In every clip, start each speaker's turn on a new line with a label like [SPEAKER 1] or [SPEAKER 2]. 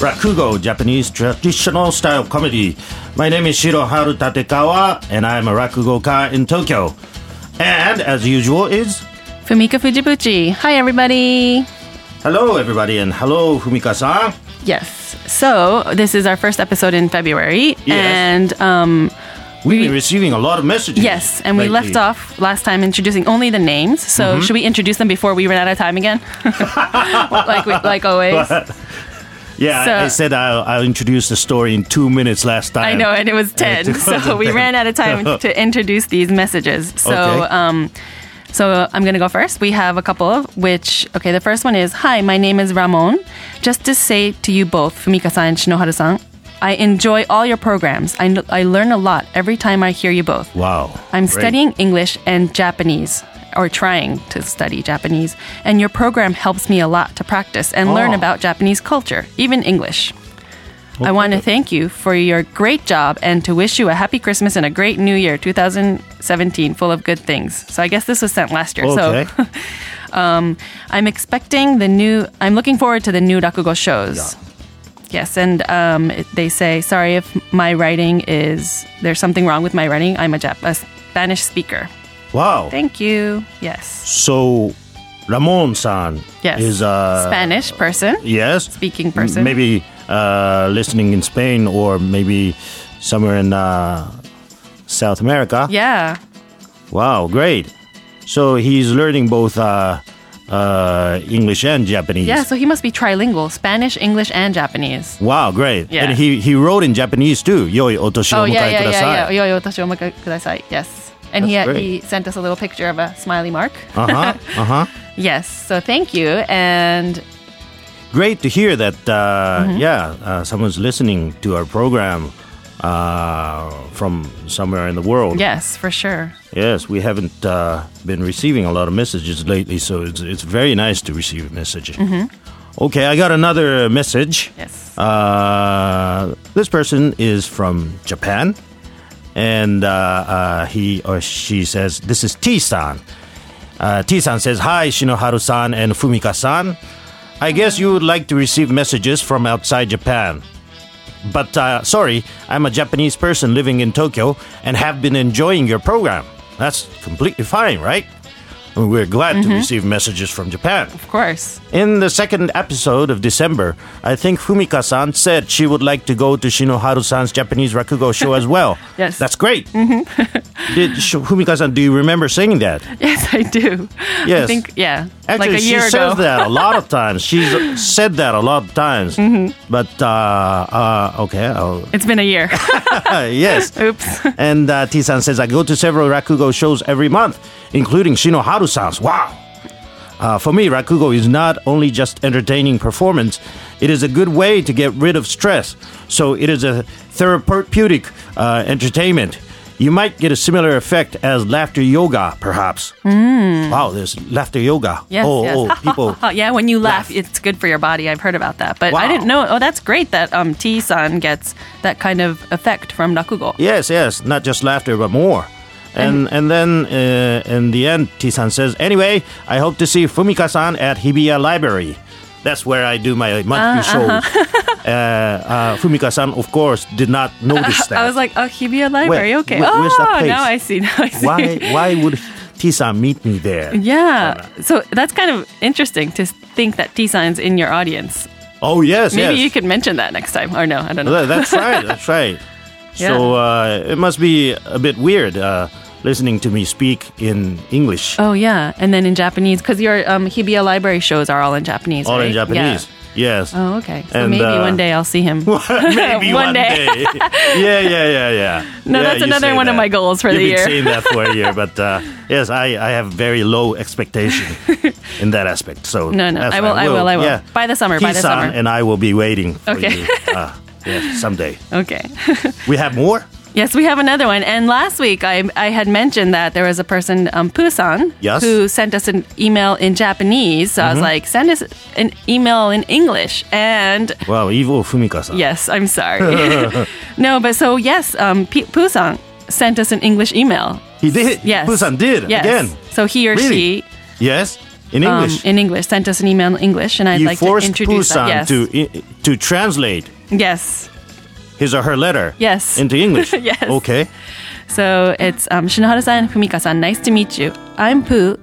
[SPEAKER 1] Rakugo, Japanese traditional style comedy. My name is Shiroharu Tatekawa, and I am a Rakugoka in Tokyo. And as usual, is
[SPEAKER 2] Fumika Fujibuchi. Hi, everybody.
[SPEAKER 1] hello, everybody, and hello, Fumika san.
[SPEAKER 2] Yes. So this is our first episode in February,
[SPEAKER 1] Yes.
[SPEAKER 2] and um,
[SPEAKER 1] We've been receiving a lot of messages.
[SPEAKER 2] yes, and we
[SPEAKER 1] lately.
[SPEAKER 2] left off last time introducing only the names. So should we introduce them before we run out of time again? like we, like always.
[SPEAKER 1] Yeah, I-
[SPEAKER 2] so-
[SPEAKER 1] I said I'll, I'll introduce the story in two minutes last time.
[SPEAKER 2] I know, and it was ten,
[SPEAKER 1] it was
[SPEAKER 2] so we
[SPEAKER 1] 10.
[SPEAKER 2] ran out of time to introduce these messages. So.
[SPEAKER 1] Okay.
[SPEAKER 2] Um, so I'm going to go first. We have a couple of which, okay, the first one is Hi, my name is Ramon. Just to say to you both, Fumika san and Shinoharu san, I enjoy all your programs. I, kn- I learn a lot every time I hear you both.
[SPEAKER 1] Wow.
[SPEAKER 2] I'm
[SPEAKER 1] Great.
[SPEAKER 2] studying English and Japanese, or trying to study Japanese, and your program helps me a lot to practice and learn
[SPEAKER 1] Oh.
[SPEAKER 2] about Japanese culture, even English. I want to thank you for your great job and to wish you a happy Christmas and a great new year 2017 full of good things. So I guess this was sent last year.
[SPEAKER 1] Okay.
[SPEAKER 2] So I'm expecting the new I'm looking forward to the new Rakugo shows. Yes, and um, it- they say, sorry if my writing is, there's something wrong with my writing. I'm a, Jap- a Spanish speaker.
[SPEAKER 1] wow.
[SPEAKER 2] Thank you. Yes.
[SPEAKER 1] so, Ramon san
[SPEAKER 2] Yes.
[SPEAKER 1] is uh,
[SPEAKER 2] Spanish person.
[SPEAKER 1] yes
[SPEAKER 2] Speaking person.
[SPEAKER 1] maybe uh, listening in spain or maybe somewhere in uh, south america
[SPEAKER 2] Yeah.
[SPEAKER 1] wow great so he's learning both uh, uh, english and japanese
[SPEAKER 2] Yeah, so he must be trilingual Spanish, English, and Japanese.
[SPEAKER 1] wow great
[SPEAKER 2] Yeah.
[SPEAKER 1] and he, he wrote in japanese too yoi otoshi
[SPEAKER 2] Oh,
[SPEAKER 1] o
[SPEAKER 2] yeah,
[SPEAKER 1] mukai
[SPEAKER 2] yeah, yeah, yeah.
[SPEAKER 1] kudasai
[SPEAKER 2] Yo, yo, tashi omakai kudasai. Yes. And he,
[SPEAKER 1] That's great.
[SPEAKER 2] he sent us a little picture of a smiley mark.
[SPEAKER 1] uh-huh uh-huh
[SPEAKER 2] Yes, so thank you. And
[SPEAKER 1] great to hear that uh,
[SPEAKER 2] Mm-hmm.
[SPEAKER 1] yeah uh, someone's listening to our program uh, from somewhere in the world
[SPEAKER 2] yes, for sure.
[SPEAKER 1] Yes, we haven't uh, been receiving a lot of messages lately, so it's, it's very nice to receive messages. Okay, I got another message.
[SPEAKER 2] Yes.
[SPEAKER 1] Uh, this person is from Japan, and uh, uh, he or she says, This is T san. Uh, T san says, Hi, Shinoharu san and Fumika san. I guess you would like to receive messages from outside Japan. But uh, sorry, I'm a Japanese person living in Tokyo and have been enjoying your program. That's completely fine, right? And We're glad
[SPEAKER 2] Mm-hmm.
[SPEAKER 1] to receive messages from Japan.
[SPEAKER 2] Of course.
[SPEAKER 1] In the second episode of December, I think Fumika san said she would like to go to Shinoharu san's Japanese Rakugo show as well.
[SPEAKER 2] Yes. Mm-hmm.
[SPEAKER 1] That's great. Did Sh- Fumika san, do you remember saying that?
[SPEAKER 2] Yes, I do.
[SPEAKER 1] Yes.
[SPEAKER 2] I think, yeah.
[SPEAKER 1] Actually,
[SPEAKER 2] like a year
[SPEAKER 1] she
[SPEAKER 2] ago.
[SPEAKER 1] says that a lot of times. She's said that a lot of times.
[SPEAKER 2] Mm-hmm.
[SPEAKER 1] But, uh, uh, okay, I'll,
[SPEAKER 2] It's been a year.
[SPEAKER 1] yes.
[SPEAKER 2] Oops.
[SPEAKER 1] And uh, T-san says, I go to several Rakugo shows every month, including Shinoharu-san's. Wow. Uh, for me, Rakugo is not only just entertaining performance, it is a good way to get rid of stress. So it is a therapeutic uh, entertainment. You might get a similar effect as laughter yoga, perhaps. Wow, there's laughter yoga.
[SPEAKER 2] Mm. Yes,
[SPEAKER 1] oh,
[SPEAKER 2] yes.
[SPEAKER 1] oh, people.
[SPEAKER 2] Oh, yeah, when you laugh,
[SPEAKER 1] Laugh.
[SPEAKER 2] it's good for your body. I've heard about that. But
[SPEAKER 1] Wow.
[SPEAKER 2] I didn't know. Oh, that's great that um, T san gets that kind of effect from Rakugo.
[SPEAKER 1] Yes, yes, not just laughter, but more. And and then uh, in the end, Tisan says, anyway, I hope to see Fumika-san at Hibiya Library. That's where I do my
[SPEAKER 2] Ah,
[SPEAKER 1] monthly shows.
[SPEAKER 2] uh-huh.
[SPEAKER 1] uh, uh, Fumika-san, of course, did not notice that.
[SPEAKER 2] I was like, oh, Hibiya Library.
[SPEAKER 1] Where-
[SPEAKER 2] okay.
[SPEAKER 1] where- where's that
[SPEAKER 2] oh,
[SPEAKER 1] place?
[SPEAKER 2] now I see. Now I see.
[SPEAKER 1] why why would Tisan meet me there?
[SPEAKER 2] Yeah. So that's kind of interesting to think that T san's in your audience.
[SPEAKER 1] Oh yes,
[SPEAKER 2] Maybe
[SPEAKER 1] yes.
[SPEAKER 2] you could mention that next time. Or no, I don't know.
[SPEAKER 1] Tha- That's right. That's right. So uh, it must be a bit weird uh, listening to me speak in English,
[SPEAKER 2] Oh yeah, and then in Japanese because your um, Hibiya Library shows are all in Japanese.
[SPEAKER 1] all in
[SPEAKER 2] right?
[SPEAKER 1] Japanese.
[SPEAKER 2] Yeah.
[SPEAKER 1] Yes.
[SPEAKER 2] Oh okay. So
[SPEAKER 1] And,
[SPEAKER 2] maybe
[SPEAKER 1] uh,
[SPEAKER 2] one day I'll see him.
[SPEAKER 1] Maybe one,
[SPEAKER 2] One
[SPEAKER 1] day.
[SPEAKER 2] day.
[SPEAKER 1] yeah, yeah, yeah, yeah.
[SPEAKER 2] No,
[SPEAKER 1] Yeah,
[SPEAKER 2] that's
[SPEAKER 1] you
[SPEAKER 2] another
[SPEAKER 1] say
[SPEAKER 2] one of
[SPEAKER 1] that.
[SPEAKER 2] my goals for
[SPEAKER 1] You've
[SPEAKER 2] the year.
[SPEAKER 1] been saying that for a year, but uh, yes, I, I have very low expectation in that aspect. So
[SPEAKER 2] No, no,
[SPEAKER 1] that's
[SPEAKER 2] I will,
[SPEAKER 1] fine.
[SPEAKER 2] I will, I will.
[SPEAKER 1] Yeah.
[SPEAKER 2] By the summer, by
[SPEAKER 1] Kisan
[SPEAKER 2] the summer.
[SPEAKER 1] and I will be waiting. For
[SPEAKER 2] Okay.
[SPEAKER 1] You, uh, yeah, someday.
[SPEAKER 2] okay.
[SPEAKER 1] We have more.
[SPEAKER 2] yes, we have another one. And last week I, I had mentioned that there was a person, um, Pusan,
[SPEAKER 1] Yes. Mm-hmm.
[SPEAKER 2] who sent us an email in Japanese. So I was like, send us an email in English. And
[SPEAKER 1] Wow, evil Fumika-san.
[SPEAKER 2] Yes, I'm sorry. no, but so yes, um, P- Pusan sent us an English email.
[SPEAKER 1] he did.
[SPEAKER 2] Yes,
[SPEAKER 1] Busan did
[SPEAKER 2] yes.
[SPEAKER 1] again.
[SPEAKER 2] So he or
[SPEAKER 1] Really?
[SPEAKER 2] she um,
[SPEAKER 1] Yes. In English.
[SPEAKER 2] in English, sent us an email in English, and I'd
[SPEAKER 1] you
[SPEAKER 2] like to
[SPEAKER 1] forced
[SPEAKER 2] introduce
[SPEAKER 1] Busan
[SPEAKER 2] that. Yes.
[SPEAKER 1] to i- to translate
[SPEAKER 2] yes.
[SPEAKER 1] his or her letter.
[SPEAKER 2] Yes.
[SPEAKER 1] Into English.
[SPEAKER 2] Yes.
[SPEAKER 1] Okay.
[SPEAKER 2] So it's um, Shinohara-san, Fumika-san, nice to meet you. I'm Pu,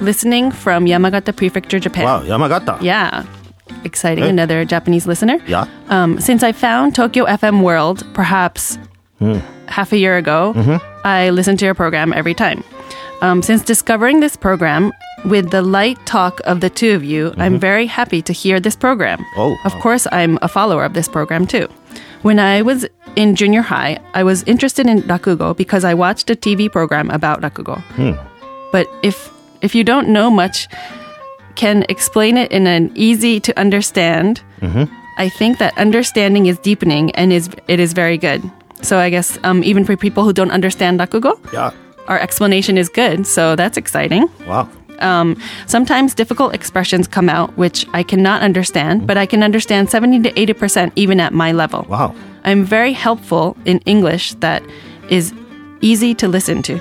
[SPEAKER 2] listening from Yamagata Prefecture, Japan.
[SPEAKER 1] Wow. Yamagata.
[SPEAKER 2] Yeah. Exciting.
[SPEAKER 1] Hey.
[SPEAKER 2] Another Japanese listener.
[SPEAKER 1] Yeah.
[SPEAKER 2] Um, since I found Tokyo FM World, perhaps
[SPEAKER 1] Hmm.
[SPEAKER 2] half a year ago,
[SPEAKER 1] Mm-hmm.
[SPEAKER 2] I listen to your program every time. Um, since discovering this program, with the light talk of the two of you,
[SPEAKER 1] Mm-hmm.
[SPEAKER 2] I'm very happy to hear this program.
[SPEAKER 1] Oh,
[SPEAKER 2] of
[SPEAKER 1] wow.
[SPEAKER 2] course, I'm a follower of this program too. When I was in junior high, I was interested in rakugo because I watched a TV program about rakugo. But if if you don't know much, can explain it in an easy to understand. I think that understanding is deepening and is it is very good. So I guess um, even for people who don't understand rakugo,
[SPEAKER 1] Yeah.
[SPEAKER 2] our explanation is good. So that's exciting.
[SPEAKER 1] Wow.
[SPEAKER 2] Um, sometimes difficult expressions come out which I cannot understand, but I can understand 70 to 80 percent even at my level.
[SPEAKER 1] Wow.
[SPEAKER 2] I'm very helpful in English that is easy to listen to.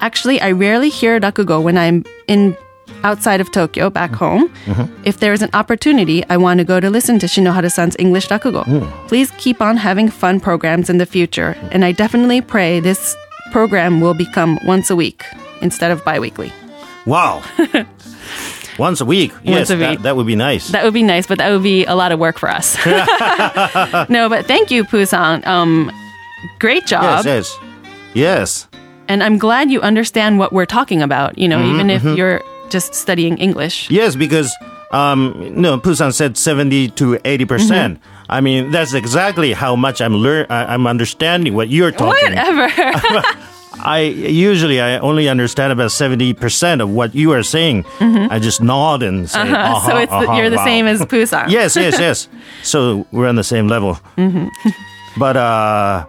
[SPEAKER 2] Actually, I rarely hear rakugo when I'm in outside of Tokyo back home. If there is an opportunity, I want to go to listen to Shinohara-san's English rakugo. Please keep on having fun programs in the future, and I definitely pray this program will become once a week instead of bi-weekly.
[SPEAKER 1] Wow. Once a week. Yes.
[SPEAKER 2] Once a
[SPEAKER 1] that-
[SPEAKER 2] week.
[SPEAKER 1] That, would be nice.
[SPEAKER 2] That would be nice, but that would be a lot of work for us. no, but thank you, Pusan. Um, great
[SPEAKER 1] yes.
[SPEAKER 2] job.
[SPEAKER 1] Yes. Yes.
[SPEAKER 2] and I'm glad you understand what we're talking about, you know,
[SPEAKER 1] Mm-hmm,
[SPEAKER 2] even if you're just studying English.
[SPEAKER 1] Yes, because um, no, Pusan said seventy to eighty percent.
[SPEAKER 2] Mm-hmm.
[SPEAKER 1] I mean, that's exactly how much I'm learn. I- I'm understanding what you're talking.
[SPEAKER 2] Whatever.
[SPEAKER 1] I usually I only understand about seventy percent of what you are saying. I just nod and say, uh-huh,
[SPEAKER 2] Mm-hmm. so it's the-
[SPEAKER 1] uh-huh,
[SPEAKER 2] you're the
[SPEAKER 1] wow.
[SPEAKER 2] same as Pusan.
[SPEAKER 1] yes, yes, yes. So we're on the same level.
[SPEAKER 2] Mm-hmm.
[SPEAKER 1] but uh,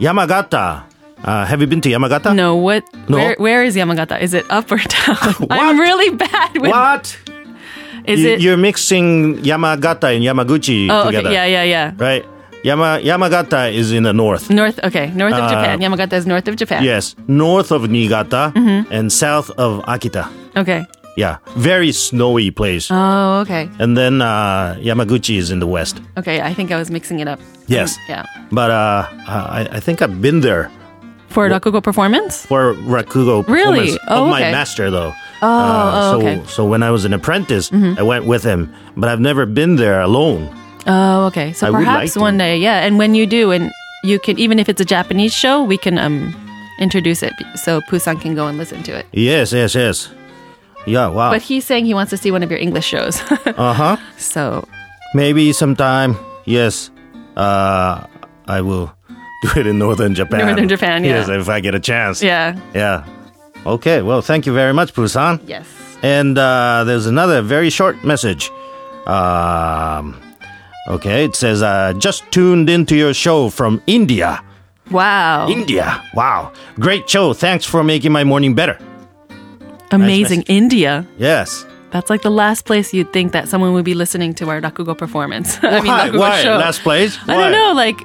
[SPEAKER 1] Yamagata, uh, have you been to Yamagata?
[SPEAKER 2] No, what?
[SPEAKER 1] No.
[SPEAKER 2] Where, where is Yamagata? Is it up or down?
[SPEAKER 1] What?
[SPEAKER 2] I'm really bad with.
[SPEAKER 1] What?
[SPEAKER 2] Is it?
[SPEAKER 1] You, are mixing Yamagata and Yamaguchi
[SPEAKER 2] oh,
[SPEAKER 1] together.
[SPEAKER 2] okay. Yeah, yeah, yeah.
[SPEAKER 1] right? Yama, Yamagata is in the north.
[SPEAKER 2] North. Okay, north
[SPEAKER 1] Uh,
[SPEAKER 2] of Japan. Yamagata is north of Japan.
[SPEAKER 1] Yes, north of Niigata
[SPEAKER 2] Mm-hmm.
[SPEAKER 1] and south of Akita.
[SPEAKER 2] Okay.
[SPEAKER 1] Yeah, very snowy place.
[SPEAKER 2] Oh, okay.
[SPEAKER 1] and then uh, Yamaguchi is in the west.
[SPEAKER 2] Okay. I think I was mixing it up.
[SPEAKER 1] Yes.
[SPEAKER 2] Yeah.
[SPEAKER 1] But uh, I, I think I've been there
[SPEAKER 2] For a Rakugo performance.
[SPEAKER 1] for Rakugo
[SPEAKER 2] Really?
[SPEAKER 1] performance
[SPEAKER 2] Oh,
[SPEAKER 1] of my
[SPEAKER 2] okay.
[SPEAKER 1] master, though. Oh,
[SPEAKER 2] oh,
[SPEAKER 1] so,
[SPEAKER 2] okay. Mm-hmm.
[SPEAKER 1] so when I was an apprentice, I went with him, but I've never been there alone.
[SPEAKER 2] Oh, okay. So
[SPEAKER 1] I would
[SPEAKER 2] perhaps
[SPEAKER 1] like to.
[SPEAKER 2] one day, yeah. And when you do, and you can, even if it's a Japanese show, we can um introduce it be- so Pusan can go and listen to it.
[SPEAKER 1] Yes, yes, yes. Yeah, wow.
[SPEAKER 2] But he's saying he wants to see one of your English shows.
[SPEAKER 1] Uh huh.
[SPEAKER 2] so
[SPEAKER 1] Maybe sometime, yes, uh, I will do it in northern Japan.
[SPEAKER 2] Northern Japan, yeah.
[SPEAKER 1] Yes, if I get a chance.
[SPEAKER 2] yeah,
[SPEAKER 1] Yeah. Okay, well, thank you very much, Busan.
[SPEAKER 2] yes.
[SPEAKER 1] And uh, there's another very short message. Um, okay, it says, uh, just tuned into your show from India.
[SPEAKER 2] Wow,
[SPEAKER 1] India. Wow. Great show. Thanks for making my morning better.
[SPEAKER 2] amazing
[SPEAKER 1] message.
[SPEAKER 2] India.
[SPEAKER 1] Yes.
[SPEAKER 2] That's like the last place you'd think that someone would be listening to our rakugo performance. I mean,
[SPEAKER 1] why?
[SPEAKER 2] rakugo
[SPEAKER 1] why?
[SPEAKER 2] show.
[SPEAKER 1] Last place?
[SPEAKER 2] I
[SPEAKER 1] Why?
[SPEAKER 2] don't know, like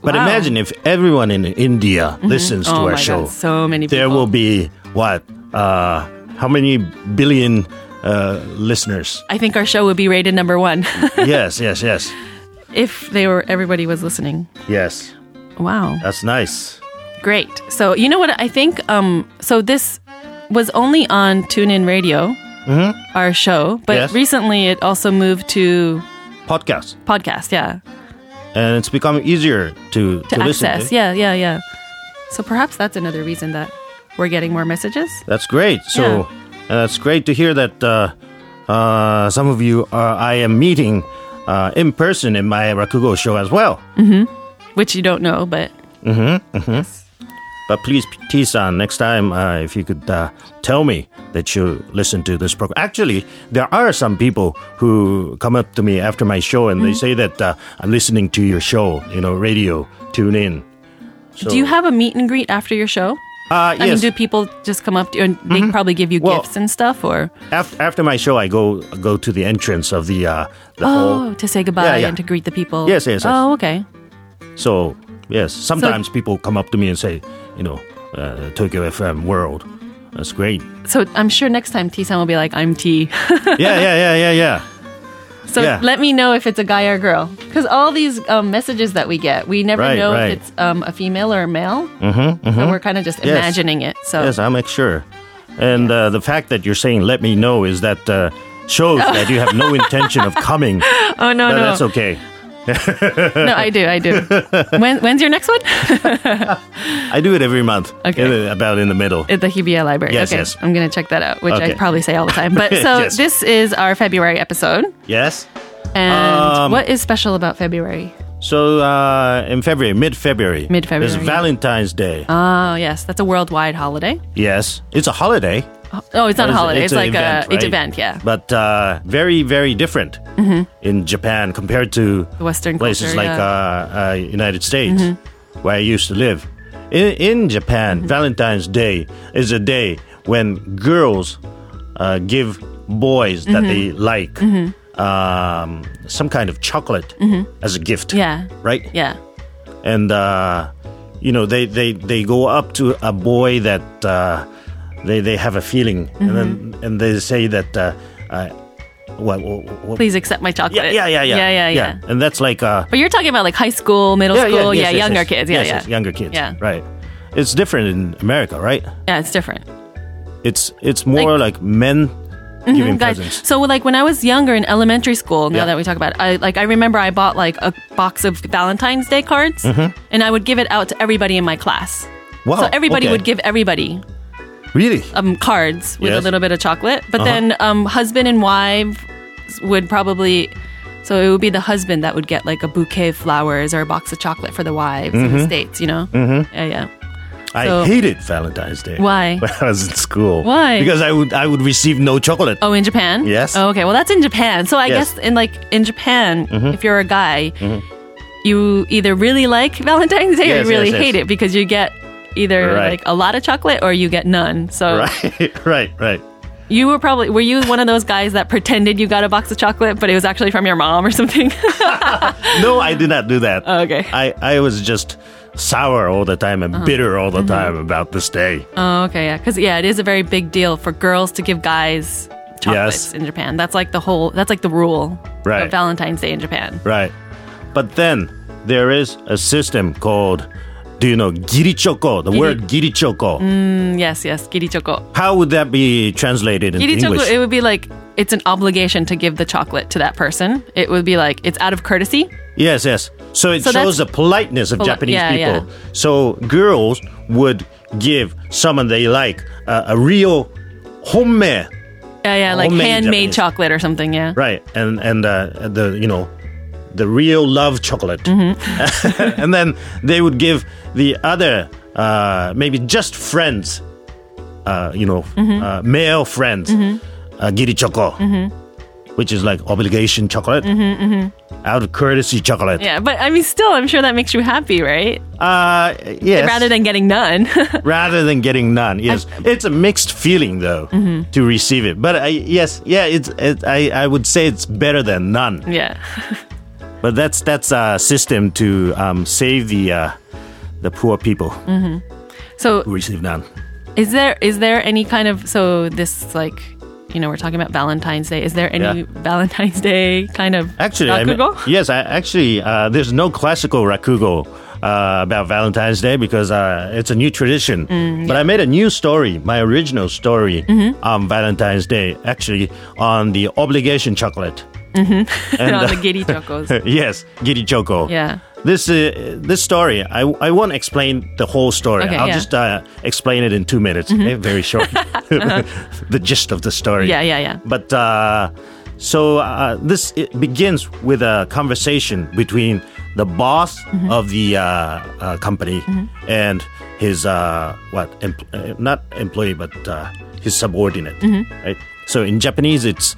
[SPEAKER 1] But
[SPEAKER 2] Wow.
[SPEAKER 1] imagine if everyone in India listens to
[SPEAKER 2] oh
[SPEAKER 1] our
[SPEAKER 2] my
[SPEAKER 1] show.
[SPEAKER 2] god, so many.
[SPEAKER 1] there
[SPEAKER 2] people.
[SPEAKER 1] will be what uh how many billion uh listeners
[SPEAKER 2] I think our show would be rated number one
[SPEAKER 1] yes yes yes
[SPEAKER 2] if they were everybody was listening.
[SPEAKER 1] yes
[SPEAKER 2] Wow.
[SPEAKER 1] that's nice
[SPEAKER 2] Great. So you know what I think? Um, so this was only on TuneIn Radio, our show, but
[SPEAKER 1] Mm-hmm. Yes.
[SPEAKER 2] recently it also moved to
[SPEAKER 1] podcast
[SPEAKER 2] podcast. Yeah,
[SPEAKER 1] and it's become easier to to,
[SPEAKER 2] to,
[SPEAKER 1] listen eh?
[SPEAKER 2] access.
[SPEAKER 1] to.
[SPEAKER 2] Yeah, yeah, yeah. So perhaps that's another reason that we're getting more messages.
[SPEAKER 1] that's great so uh, that's great to hear that uh uh some of you are i am meeting uh in person in my rakugo show as well
[SPEAKER 2] Which you don't know, but
[SPEAKER 1] But please, T-san, next time, uh, if you could uh, tell me that you listen to this program. Actually, there are some people who come up to me after my show and they
[SPEAKER 2] Mm-hmm.
[SPEAKER 1] say that uh, I'm listening to your show, you know, radio, tune in. So,
[SPEAKER 2] do you have a meet and greet after your show?
[SPEAKER 1] Uh,
[SPEAKER 2] I
[SPEAKER 1] yes. Mm-hmm.
[SPEAKER 2] mean, do people just come up to you and they probably give you
[SPEAKER 1] Well-
[SPEAKER 2] gifts and stuff, or
[SPEAKER 1] after, after my show, I go go to the entrance of the uh, the
[SPEAKER 2] oh, to say goodbye
[SPEAKER 1] Yeah, yeah.
[SPEAKER 2] and to greet the people?
[SPEAKER 1] Yes, yes, yes.
[SPEAKER 2] Oh, okay.
[SPEAKER 1] hall. So yes, sometimes people come up to me and say, you know, uh, Tokyo FM World, That's great.
[SPEAKER 2] So I'm sure next time T san will be like, I'm T.
[SPEAKER 1] Yeah, yeah, yeah, yeah, yeah.
[SPEAKER 2] so
[SPEAKER 1] Yeah.
[SPEAKER 2] let me know if it's a guy or girl. Because all these um, messages that we get, we never
[SPEAKER 1] Right,
[SPEAKER 2] know
[SPEAKER 1] right.
[SPEAKER 2] if it's um, a female or a male. Mm-hmm, And we're kind of just imagining it. So
[SPEAKER 1] Yes, I'll make sure. And uh, the fact that you're saying "let me know" is that uh, shows that you have no intention of coming.
[SPEAKER 2] Oh no,
[SPEAKER 1] But
[SPEAKER 2] no,
[SPEAKER 1] that's okay.
[SPEAKER 2] no! I do, I do. when, when's your next one?
[SPEAKER 1] I do it every month.
[SPEAKER 2] Okay.
[SPEAKER 1] in- about in the middle.
[SPEAKER 2] At the Hibiya Library.
[SPEAKER 1] Yes,
[SPEAKER 2] okay,
[SPEAKER 1] yes.
[SPEAKER 2] I'm gonna check that out, which I
[SPEAKER 1] Okay.
[SPEAKER 2] probably say all the time. But so
[SPEAKER 1] Yes.
[SPEAKER 2] this is our February episode,
[SPEAKER 1] yes.
[SPEAKER 2] and
[SPEAKER 1] Um,
[SPEAKER 2] what is special about February?
[SPEAKER 1] So uh, in February, mid-February,
[SPEAKER 2] Mid-February,
[SPEAKER 1] is
[SPEAKER 2] yeah.
[SPEAKER 1] Valentine's Day.
[SPEAKER 2] Oh yes, that's a worldwide holiday.
[SPEAKER 1] yes, it's a holiday.
[SPEAKER 2] Oh, it's not a
[SPEAKER 1] It's-
[SPEAKER 2] holiday. It's,
[SPEAKER 1] an
[SPEAKER 2] like a
[SPEAKER 1] right?
[SPEAKER 2] it's event. Yeah, Mm-hmm.
[SPEAKER 1] But uh, very, very different in Japan compared to
[SPEAKER 2] The Western
[SPEAKER 1] places
[SPEAKER 2] culture,
[SPEAKER 1] like
[SPEAKER 2] yeah. Mm-hmm.
[SPEAKER 1] uh, uh, United States, where I used to live. In, in Japan, Valentine's Day is a day when girls uh, give boys that
[SPEAKER 2] Mm-hmm.
[SPEAKER 1] they like um, some kind of chocolate as a gift.
[SPEAKER 2] Mm-hmm. Yeah.
[SPEAKER 1] Right?
[SPEAKER 2] yeah.
[SPEAKER 1] and uh, you know they, they, they go up to a boy that uh, they they have a feeling, and
[SPEAKER 2] Mm-hmm.
[SPEAKER 1] then and they say that uh, uh, what, what, what-
[SPEAKER 2] Please accept my chocolate.
[SPEAKER 1] yeah, yeah, yeah, yeah,
[SPEAKER 2] yeah, yeah, yeah.
[SPEAKER 1] and that's like uh,
[SPEAKER 2] But you're talking about like high school, middle school, yeah,
[SPEAKER 1] yes, yes,
[SPEAKER 2] younger
[SPEAKER 1] yes.
[SPEAKER 2] kids. Yeah,
[SPEAKER 1] Yes,
[SPEAKER 2] yeah,
[SPEAKER 1] yes, younger kids,
[SPEAKER 2] Yeah.
[SPEAKER 1] right. It's different in America, right?
[SPEAKER 2] yeah. It's different.
[SPEAKER 1] It's it's more like, men giving
[SPEAKER 2] Mm-hmm, guys.
[SPEAKER 1] presents.
[SPEAKER 2] So like when I was younger in elementary school, now
[SPEAKER 1] Yeah.
[SPEAKER 2] that we talk about it, I like I remember I bought like a box of Valentine's Day cards
[SPEAKER 1] Mm-hmm.
[SPEAKER 2] and I would give it out to everybody in my class.
[SPEAKER 1] Wow,
[SPEAKER 2] so everybody
[SPEAKER 1] Oh, okay.
[SPEAKER 2] would give everybody
[SPEAKER 1] really
[SPEAKER 2] um cards
[SPEAKER 1] Yes.
[SPEAKER 2] with a
[SPEAKER 1] Uh-huh.
[SPEAKER 2] little bit of chocolate. But then um husband and wife would probably so it would be the husband that would get like a bouquet of flowers or a box of chocolate for the wives in the states, you know? Mm-hmm. Yeah, yeah. so-
[SPEAKER 1] I hated Valentine's Day.
[SPEAKER 2] Why?
[SPEAKER 1] When I was in school.
[SPEAKER 2] Why?
[SPEAKER 1] Because I would I would receive no chocolate.
[SPEAKER 2] Oh, in Japan?
[SPEAKER 1] Yes.
[SPEAKER 2] Oh, okay. Well, that's in Japan. So I
[SPEAKER 1] Yes.
[SPEAKER 2] guess in like in Japan, if you're a guy, you either really like Valentine's Day
[SPEAKER 1] Yes,
[SPEAKER 2] or you really
[SPEAKER 1] yes, yes.
[SPEAKER 2] hate it because you get either
[SPEAKER 1] Right.
[SPEAKER 2] like a lot of chocolate or you get none. So
[SPEAKER 1] Right, right, right.
[SPEAKER 2] you were probably were you one of those guys that pretended you got a box of chocolate but it was actually from your mom or something?
[SPEAKER 1] no, I did not do that.
[SPEAKER 2] Oh, okay. Uh-huh.
[SPEAKER 1] I, I was just sour all the time and bitter all the
[SPEAKER 2] Mm-hmm.
[SPEAKER 1] time about this day.
[SPEAKER 2] oh, okay. Yeah, cuz yeah, it is a very big deal for girls to give guys chocolates
[SPEAKER 1] Yes.
[SPEAKER 2] in Japan. That's like the whole that's like the rule
[SPEAKER 1] Right.
[SPEAKER 2] of Valentine's Day in Japan.
[SPEAKER 1] Right. But then there is a system called, do you know, girichoko, the word girichoko.
[SPEAKER 2] Mm, yes, yes, girichoko.
[SPEAKER 1] How would that be translated into
[SPEAKER 2] Giri
[SPEAKER 1] English?
[SPEAKER 2] chocolate, it would be like it's an obligation to give the chocolate to that person. It would be like it's out of courtesy.
[SPEAKER 1] yes, yes. So it
[SPEAKER 2] So that's-
[SPEAKER 1] shows the politeness of
[SPEAKER 2] Poli-
[SPEAKER 1] Japanese
[SPEAKER 2] yeah, yeah.
[SPEAKER 1] people. So girls would give someone they like a, a real homemade
[SPEAKER 2] Yeah, yeah, like
[SPEAKER 1] Homemade
[SPEAKER 2] handmade
[SPEAKER 1] Japanese.
[SPEAKER 2] chocolate or something. Yeah.
[SPEAKER 1] right and and uh, the you know the real love chocolate
[SPEAKER 2] Mm-hmm.
[SPEAKER 1] and then they would give the other uh, maybe just friends uh, you know
[SPEAKER 2] Mm-hmm.
[SPEAKER 1] uh, male friends uh, giri choco
[SPEAKER 2] Mm-hmm.
[SPEAKER 1] which is like obligation chocolate out of courtesy chocolate
[SPEAKER 2] Yeah, but I mean, still, I'm sure that makes you happy, right?
[SPEAKER 1] uh, yes
[SPEAKER 2] Rather than getting none.
[SPEAKER 1] rather than getting none. Yes, it's a mixed feeling though
[SPEAKER 2] Mm-hmm.
[SPEAKER 1] to receive it. But I, yes, yeah, it's it, I I would say it's better than none.
[SPEAKER 2] yeah.
[SPEAKER 1] But that's that's a system to um, save the uh, the poor people
[SPEAKER 2] So,
[SPEAKER 1] who receive none.
[SPEAKER 2] is there is there any kind of so this like you know we're talking about Valentine's Day? Is there any
[SPEAKER 1] Yeah.
[SPEAKER 2] Valentine's Day kind of
[SPEAKER 1] Actually, I mean,
[SPEAKER 2] rakugo?
[SPEAKER 1] yes, I, actually, uh, there's no classical rakugo uh, about Valentine's Day because uh, it's a new tradition.
[SPEAKER 2] Mm,
[SPEAKER 1] But I made a new story, my original story
[SPEAKER 2] Mm-hmm.
[SPEAKER 1] on Valentine's Day, actually on the obligation chocolate.
[SPEAKER 2] And Mm-hmm. on the giddy chocos.
[SPEAKER 1] yes, giri choco.
[SPEAKER 2] Yeah.
[SPEAKER 1] This uh, this story, I, I won't explain the whole story.
[SPEAKER 2] Okay,
[SPEAKER 1] I'll
[SPEAKER 2] yeah. Mm-hmm.
[SPEAKER 1] just uh, explain it in two minutes, eh, very short. the gist of the story.
[SPEAKER 2] Uh-huh. Yeah, yeah, yeah.
[SPEAKER 1] But uh, so uh, this it begins with a conversation between the boss
[SPEAKER 2] Mm-hmm.
[SPEAKER 1] of the uh, uh, company and his uh, what empl- uh, not employee but uh, his subordinate.
[SPEAKER 2] Mm-hmm.
[SPEAKER 1] Right. So in Japanese, it's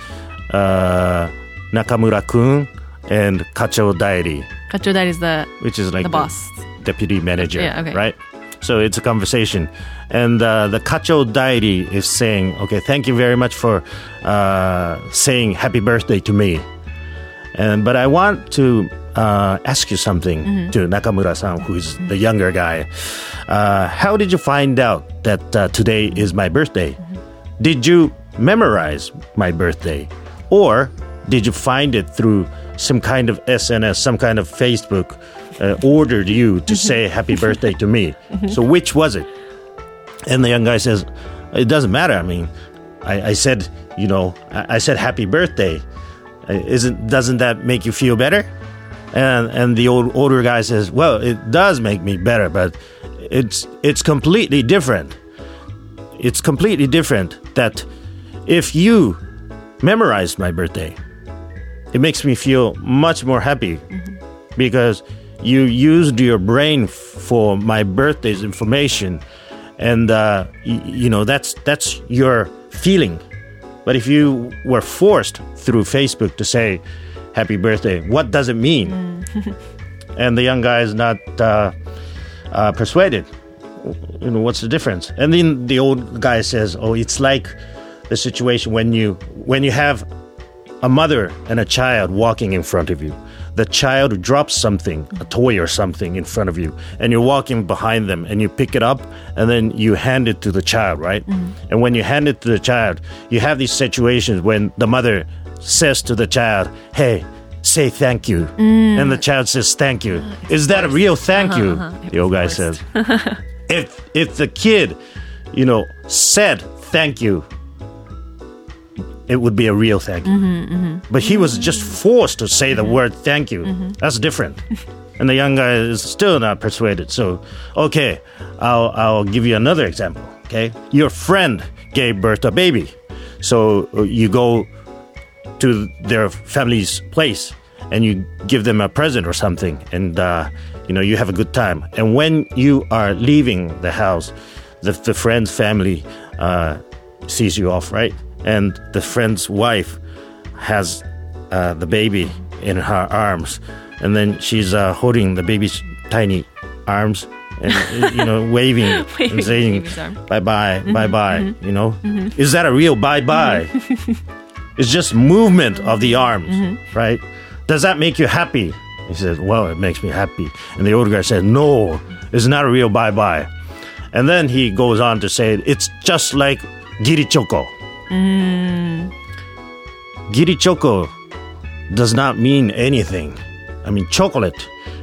[SPEAKER 1] uh, Nakamura kun and Kacho Dairi,
[SPEAKER 2] Kacho, that is the
[SPEAKER 1] which is like
[SPEAKER 2] the boss.
[SPEAKER 1] deputy manager.
[SPEAKER 2] Yeah, okay.
[SPEAKER 1] Right. So it's a conversation, and uh, the Kacho Dairi is saying, "Okay, thank you very much for uh, saying happy birthday to me, and but I want to uh, ask you something
[SPEAKER 2] Mm-hmm.
[SPEAKER 1] to Nakamura-san, who is the younger guy. Uh, how did you find out that uh, today is my birthday?
[SPEAKER 2] Mm-hmm.
[SPEAKER 1] Did you memorize my birthday, or did you find it through some kind of SNS, some kind of Facebook? Uh, ordered you to say happy birthday to me. So which was it? And the young guy says, "It doesn't matter. I mean, I, I said, you know, I, I said happy birthday. Uh, Isn't doesn't that make you feel better?" And and the old older guy says, "Well, it does make me better, but it's it's completely different. It's completely different that if you memorized my birthday, it makes me feel much more happy because you used your brain f- for my birthday's information and uh, y- you know that's that's your feeling but if you were forced through facebook to say happy birthday what does it mean and the young guy is not uh, uh, persuaded you know what's the difference and then the old guy says oh it's like the situation when you when you have a mother and a child walking in front of you. The child drops something, a toy or something, in front of you, and you're walking behind them, and you pick it up, and then you hand it to the child, right? And when you hand it to the child, you have these situations when the mother says to the child, Hey, say thank you. And the child says, Thank you. Is that a real thank you? The old guy says, If, if the kid, you know, said thank you, it would be a real thank you but he was just forced to say the word thank you. That's different. and the young guy is still not persuaded. So, okay, I'll, I'll give you another example. Okay, your friend gave birth to a baby. So uh, you go to their family's place and you give them a present or something and uh, you know you have a good time and when you are leaving the house the, the friend's family uh, sees you off right and the friend's wife has uh, the baby in her arms and then she's uh, holding the baby's tiny arms and you know waving and
[SPEAKER 2] Waving
[SPEAKER 1] saying
[SPEAKER 2] baby's arm. Mm-hmm,
[SPEAKER 1] bye bye bye bye you know is that a real bye bye it's just movement of the arms, right? Does that make you happy? He says, Well, it makes me happy. And the older guy says, No, it's not a real bye bye. And then he goes on to say, It's just like girichoko. Girichoko does not mean anything. I mean, chocolate.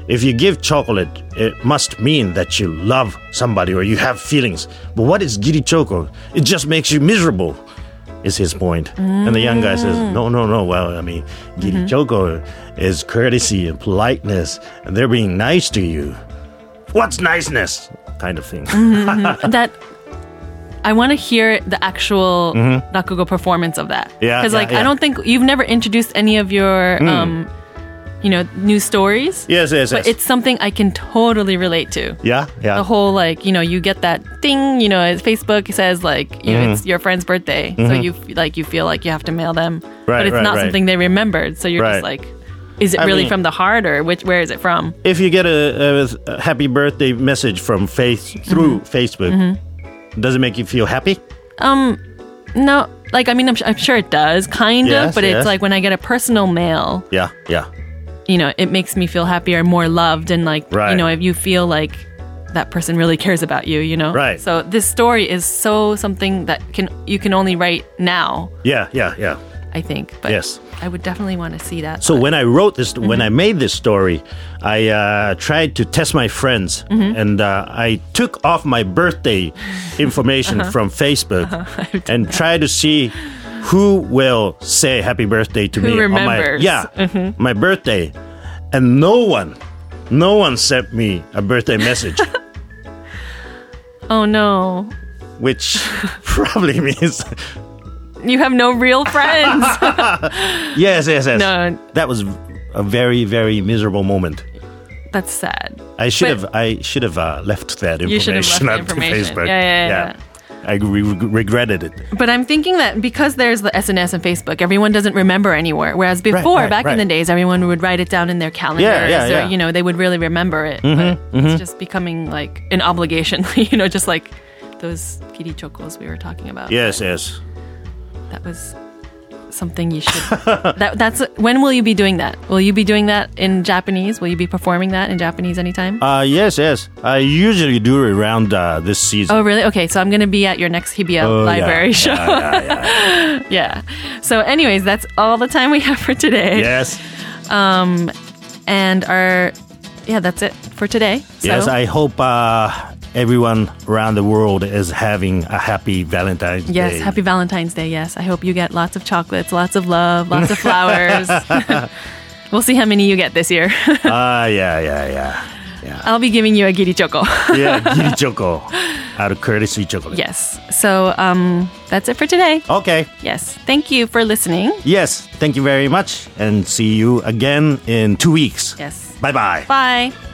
[SPEAKER 1] If you give chocolate, it must mean that you love somebody or you have feelings. But what is girichoko? It just makes you miserable is his point. And the young guy says,
[SPEAKER 2] Mm-hmm.
[SPEAKER 1] No, no, no. Well, I mean, girichoko is courtesy and politeness, and they're being nice to you. What's niceness? Kind of thing.
[SPEAKER 2] Mm-hmm. that I want to hear the actual rakugo performance of that.
[SPEAKER 1] Mm-hmm. Yeah,
[SPEAKER 2] because
[SPEAKER 1] yeah,
[SPEAKER 2] like
[SPEAKER 1] yeah. Hmm.
[SPEAKER 2] I don't think you've never introduced any of your um, you know, new stories.
[SPEAKER 1] yes, yes, yes.
[SPEAKER 2] But it's something I can totally relate to.
[SPEAKER 1] yeah, yeah.
[SPEAKER 2] The whole like you know you get that thing you know Facebook says like you know,
[SPEAKER 1] Mm-hmm.
[SPEAKER 2] it's your friend's birthday so you f- like you feel like you have to mail them
[SPEAKER 1] Right,
[SPEAKER 2] but it's
[SPEAKER 1] right,
[SPEAKER 2] not
[SPEAKER 1] right.
[SPEAKER 2] something they remembered so you're just
[SPEAKER 1] Right.
[SPEAKER 2] like is it
[SPEAKER 1] I
[SPEAKER 2] really
[SPEAKER 1] mean-
[SPEAKER 2] from the heart or which where is it from
[SPEAKER 1] if you get a, a, a happy birthday message from face through
[SPEAKER 2] Mm-hmm.
[SPEAKER 1] Facebook, does it make you feel happy?
[SPEAKER 2] No, like I mean, I'm, su- I'm sure it does, kind
[SPEAKER 1] Yes,
[SPEAKER 2] of, but
[SPEAKER 1] yes.
[SPEAKER 2] it's like when I get a personal mail,
[SPEAKER 1] Yeah, yeah.
[SPEAKER 2] you know, it makes me feel happier and more loved, and like
[SPEAKER 1] Right.
[SPEAKER 2] you know, if you feel like that person really cares about you, you know.
[SPEAKER 1] Right.
[SPEAKER 2] So this story is so something that can you can only write now,
[SPEAKER 1] Yeah, yeah, yeah.
[SPEAKER 2] I think. But
[SPEAKER 1] Yes.
[SPEAKER 2] I would definitely want to see that.
[SPEAKER 1] So when I wrote this, when
[SPEAKER 2] Mm-hmm.
[SPEAKER 1] I made this story, I uh, tried to test my friends,
[SPEAKER 2] Mm-hmm.
[SPEAKER 1] and uh, I took off my birthday information
[SPEAKER 2] Uh-huh.
[SPEAKER 1] from Facebook and tried to see who will say happy birthday to
[SPEAKER 2] Who
[SPEAKER 1] me on my
[SPEAKER 2] remembers? Mm-hmm.
[SPEAKER 1] yeah my birthday, and no one, no one sent me a birthday message,
[SPEAKER 2] oh no,
[SPEAKER 1] which probably means
[SPEAKER 2] you have no real friends.
[SPEAKER 1] yes, yes, yes.
[SPEAKER 2] No.
[SPEAKER 1] That was a very, very miserable moment.
[SPEAKER 2] That's sad.
[SPEAKER 1] I should
[SPEAKER 2] But-
[SPEAKER 1] have I should have uh, left that
[SPEAKER 2] You should have left
[SPEAKER 1] information
[SPEAKER 2] the
[SPEAKER 1] on
[SPEAKER 2] information.
[SPEAKER 1] Facebook.
[SPEAKER 2] Yeah, yeah, yeah.
[SPEAKER 1] I re- regretted it.
[SPEAKER 2] But I'm thinking that because there's the SNS and Facebook, everyone doesn't remember anywhere. Whereas before,
[SPEAKER 1] right,
[SPEAKER 2] back
[SPEAKER 1] right.
[SPEAKER 2] in the days, everyone would write it down in their calendars,
[SPEAKER 1] yeah,
[SPEAKER 2] or
[SPEAKER 1] yeah. Mm-hmm,
[SPEAKER 2] you know, they would really remember it. but It's just becoming like an obligation, you know, just like those kirichokos we were talking about.
[SPEAKER 1] Yes, yes.
[SPEAKER 2] that was something you should. that, that's when will you be doing that? Will you be doing that in Japanese? Will you be performing that in Japanese anytime?
[SPEAKER 1] Uh, yes, yes. I usually do it around uh, this season.
[SPEAKER 2] oh, really? Okay, so I'm gonna be at your next Hibiya
[SPEAKER 1] Oh, yeah,
[SPEAKER 2] library show.
[SPEAKER 1] yeah, yeah, yeah.
[SPEAKER 2] yeah. So, anyways, that's all the time we have for today.
[SPEAKER 1] yes,
[SPEAKER 2] And our, yeah, that's it for today. So,
[SPEAKER 1] yes. I hope uh, everyone around the world is having a happy Valentine's
[SPEAKER 2] yes,
[SPEAKER 1] Day.
[SPEAKER 2] happy Valentine's Day. Yes, I hope you get lots of chocolates, lots of love, lots of flowers. we'll see how many you get this year.
[SPEAKER 1] Ah, yeah, yeah, yeah.
[SPEAKER 2] I'll be giving you a giri choco.
[SPEAKER 1] Yeah, giri choco out of courtesy chocolate.
[SPEAKER 2] yes. So, um, that's it for today.
[SPEAKER 1] Okay.
[SPEAKER 2] Yes. Thank you for listening.
[SPEAKER 1] Yes. Thank you very much, and see you again in two weeks.
[SPEAKER 2] Yes.
[SPEAKER 1] Bye bye.
[SPEAKER 2] Bye.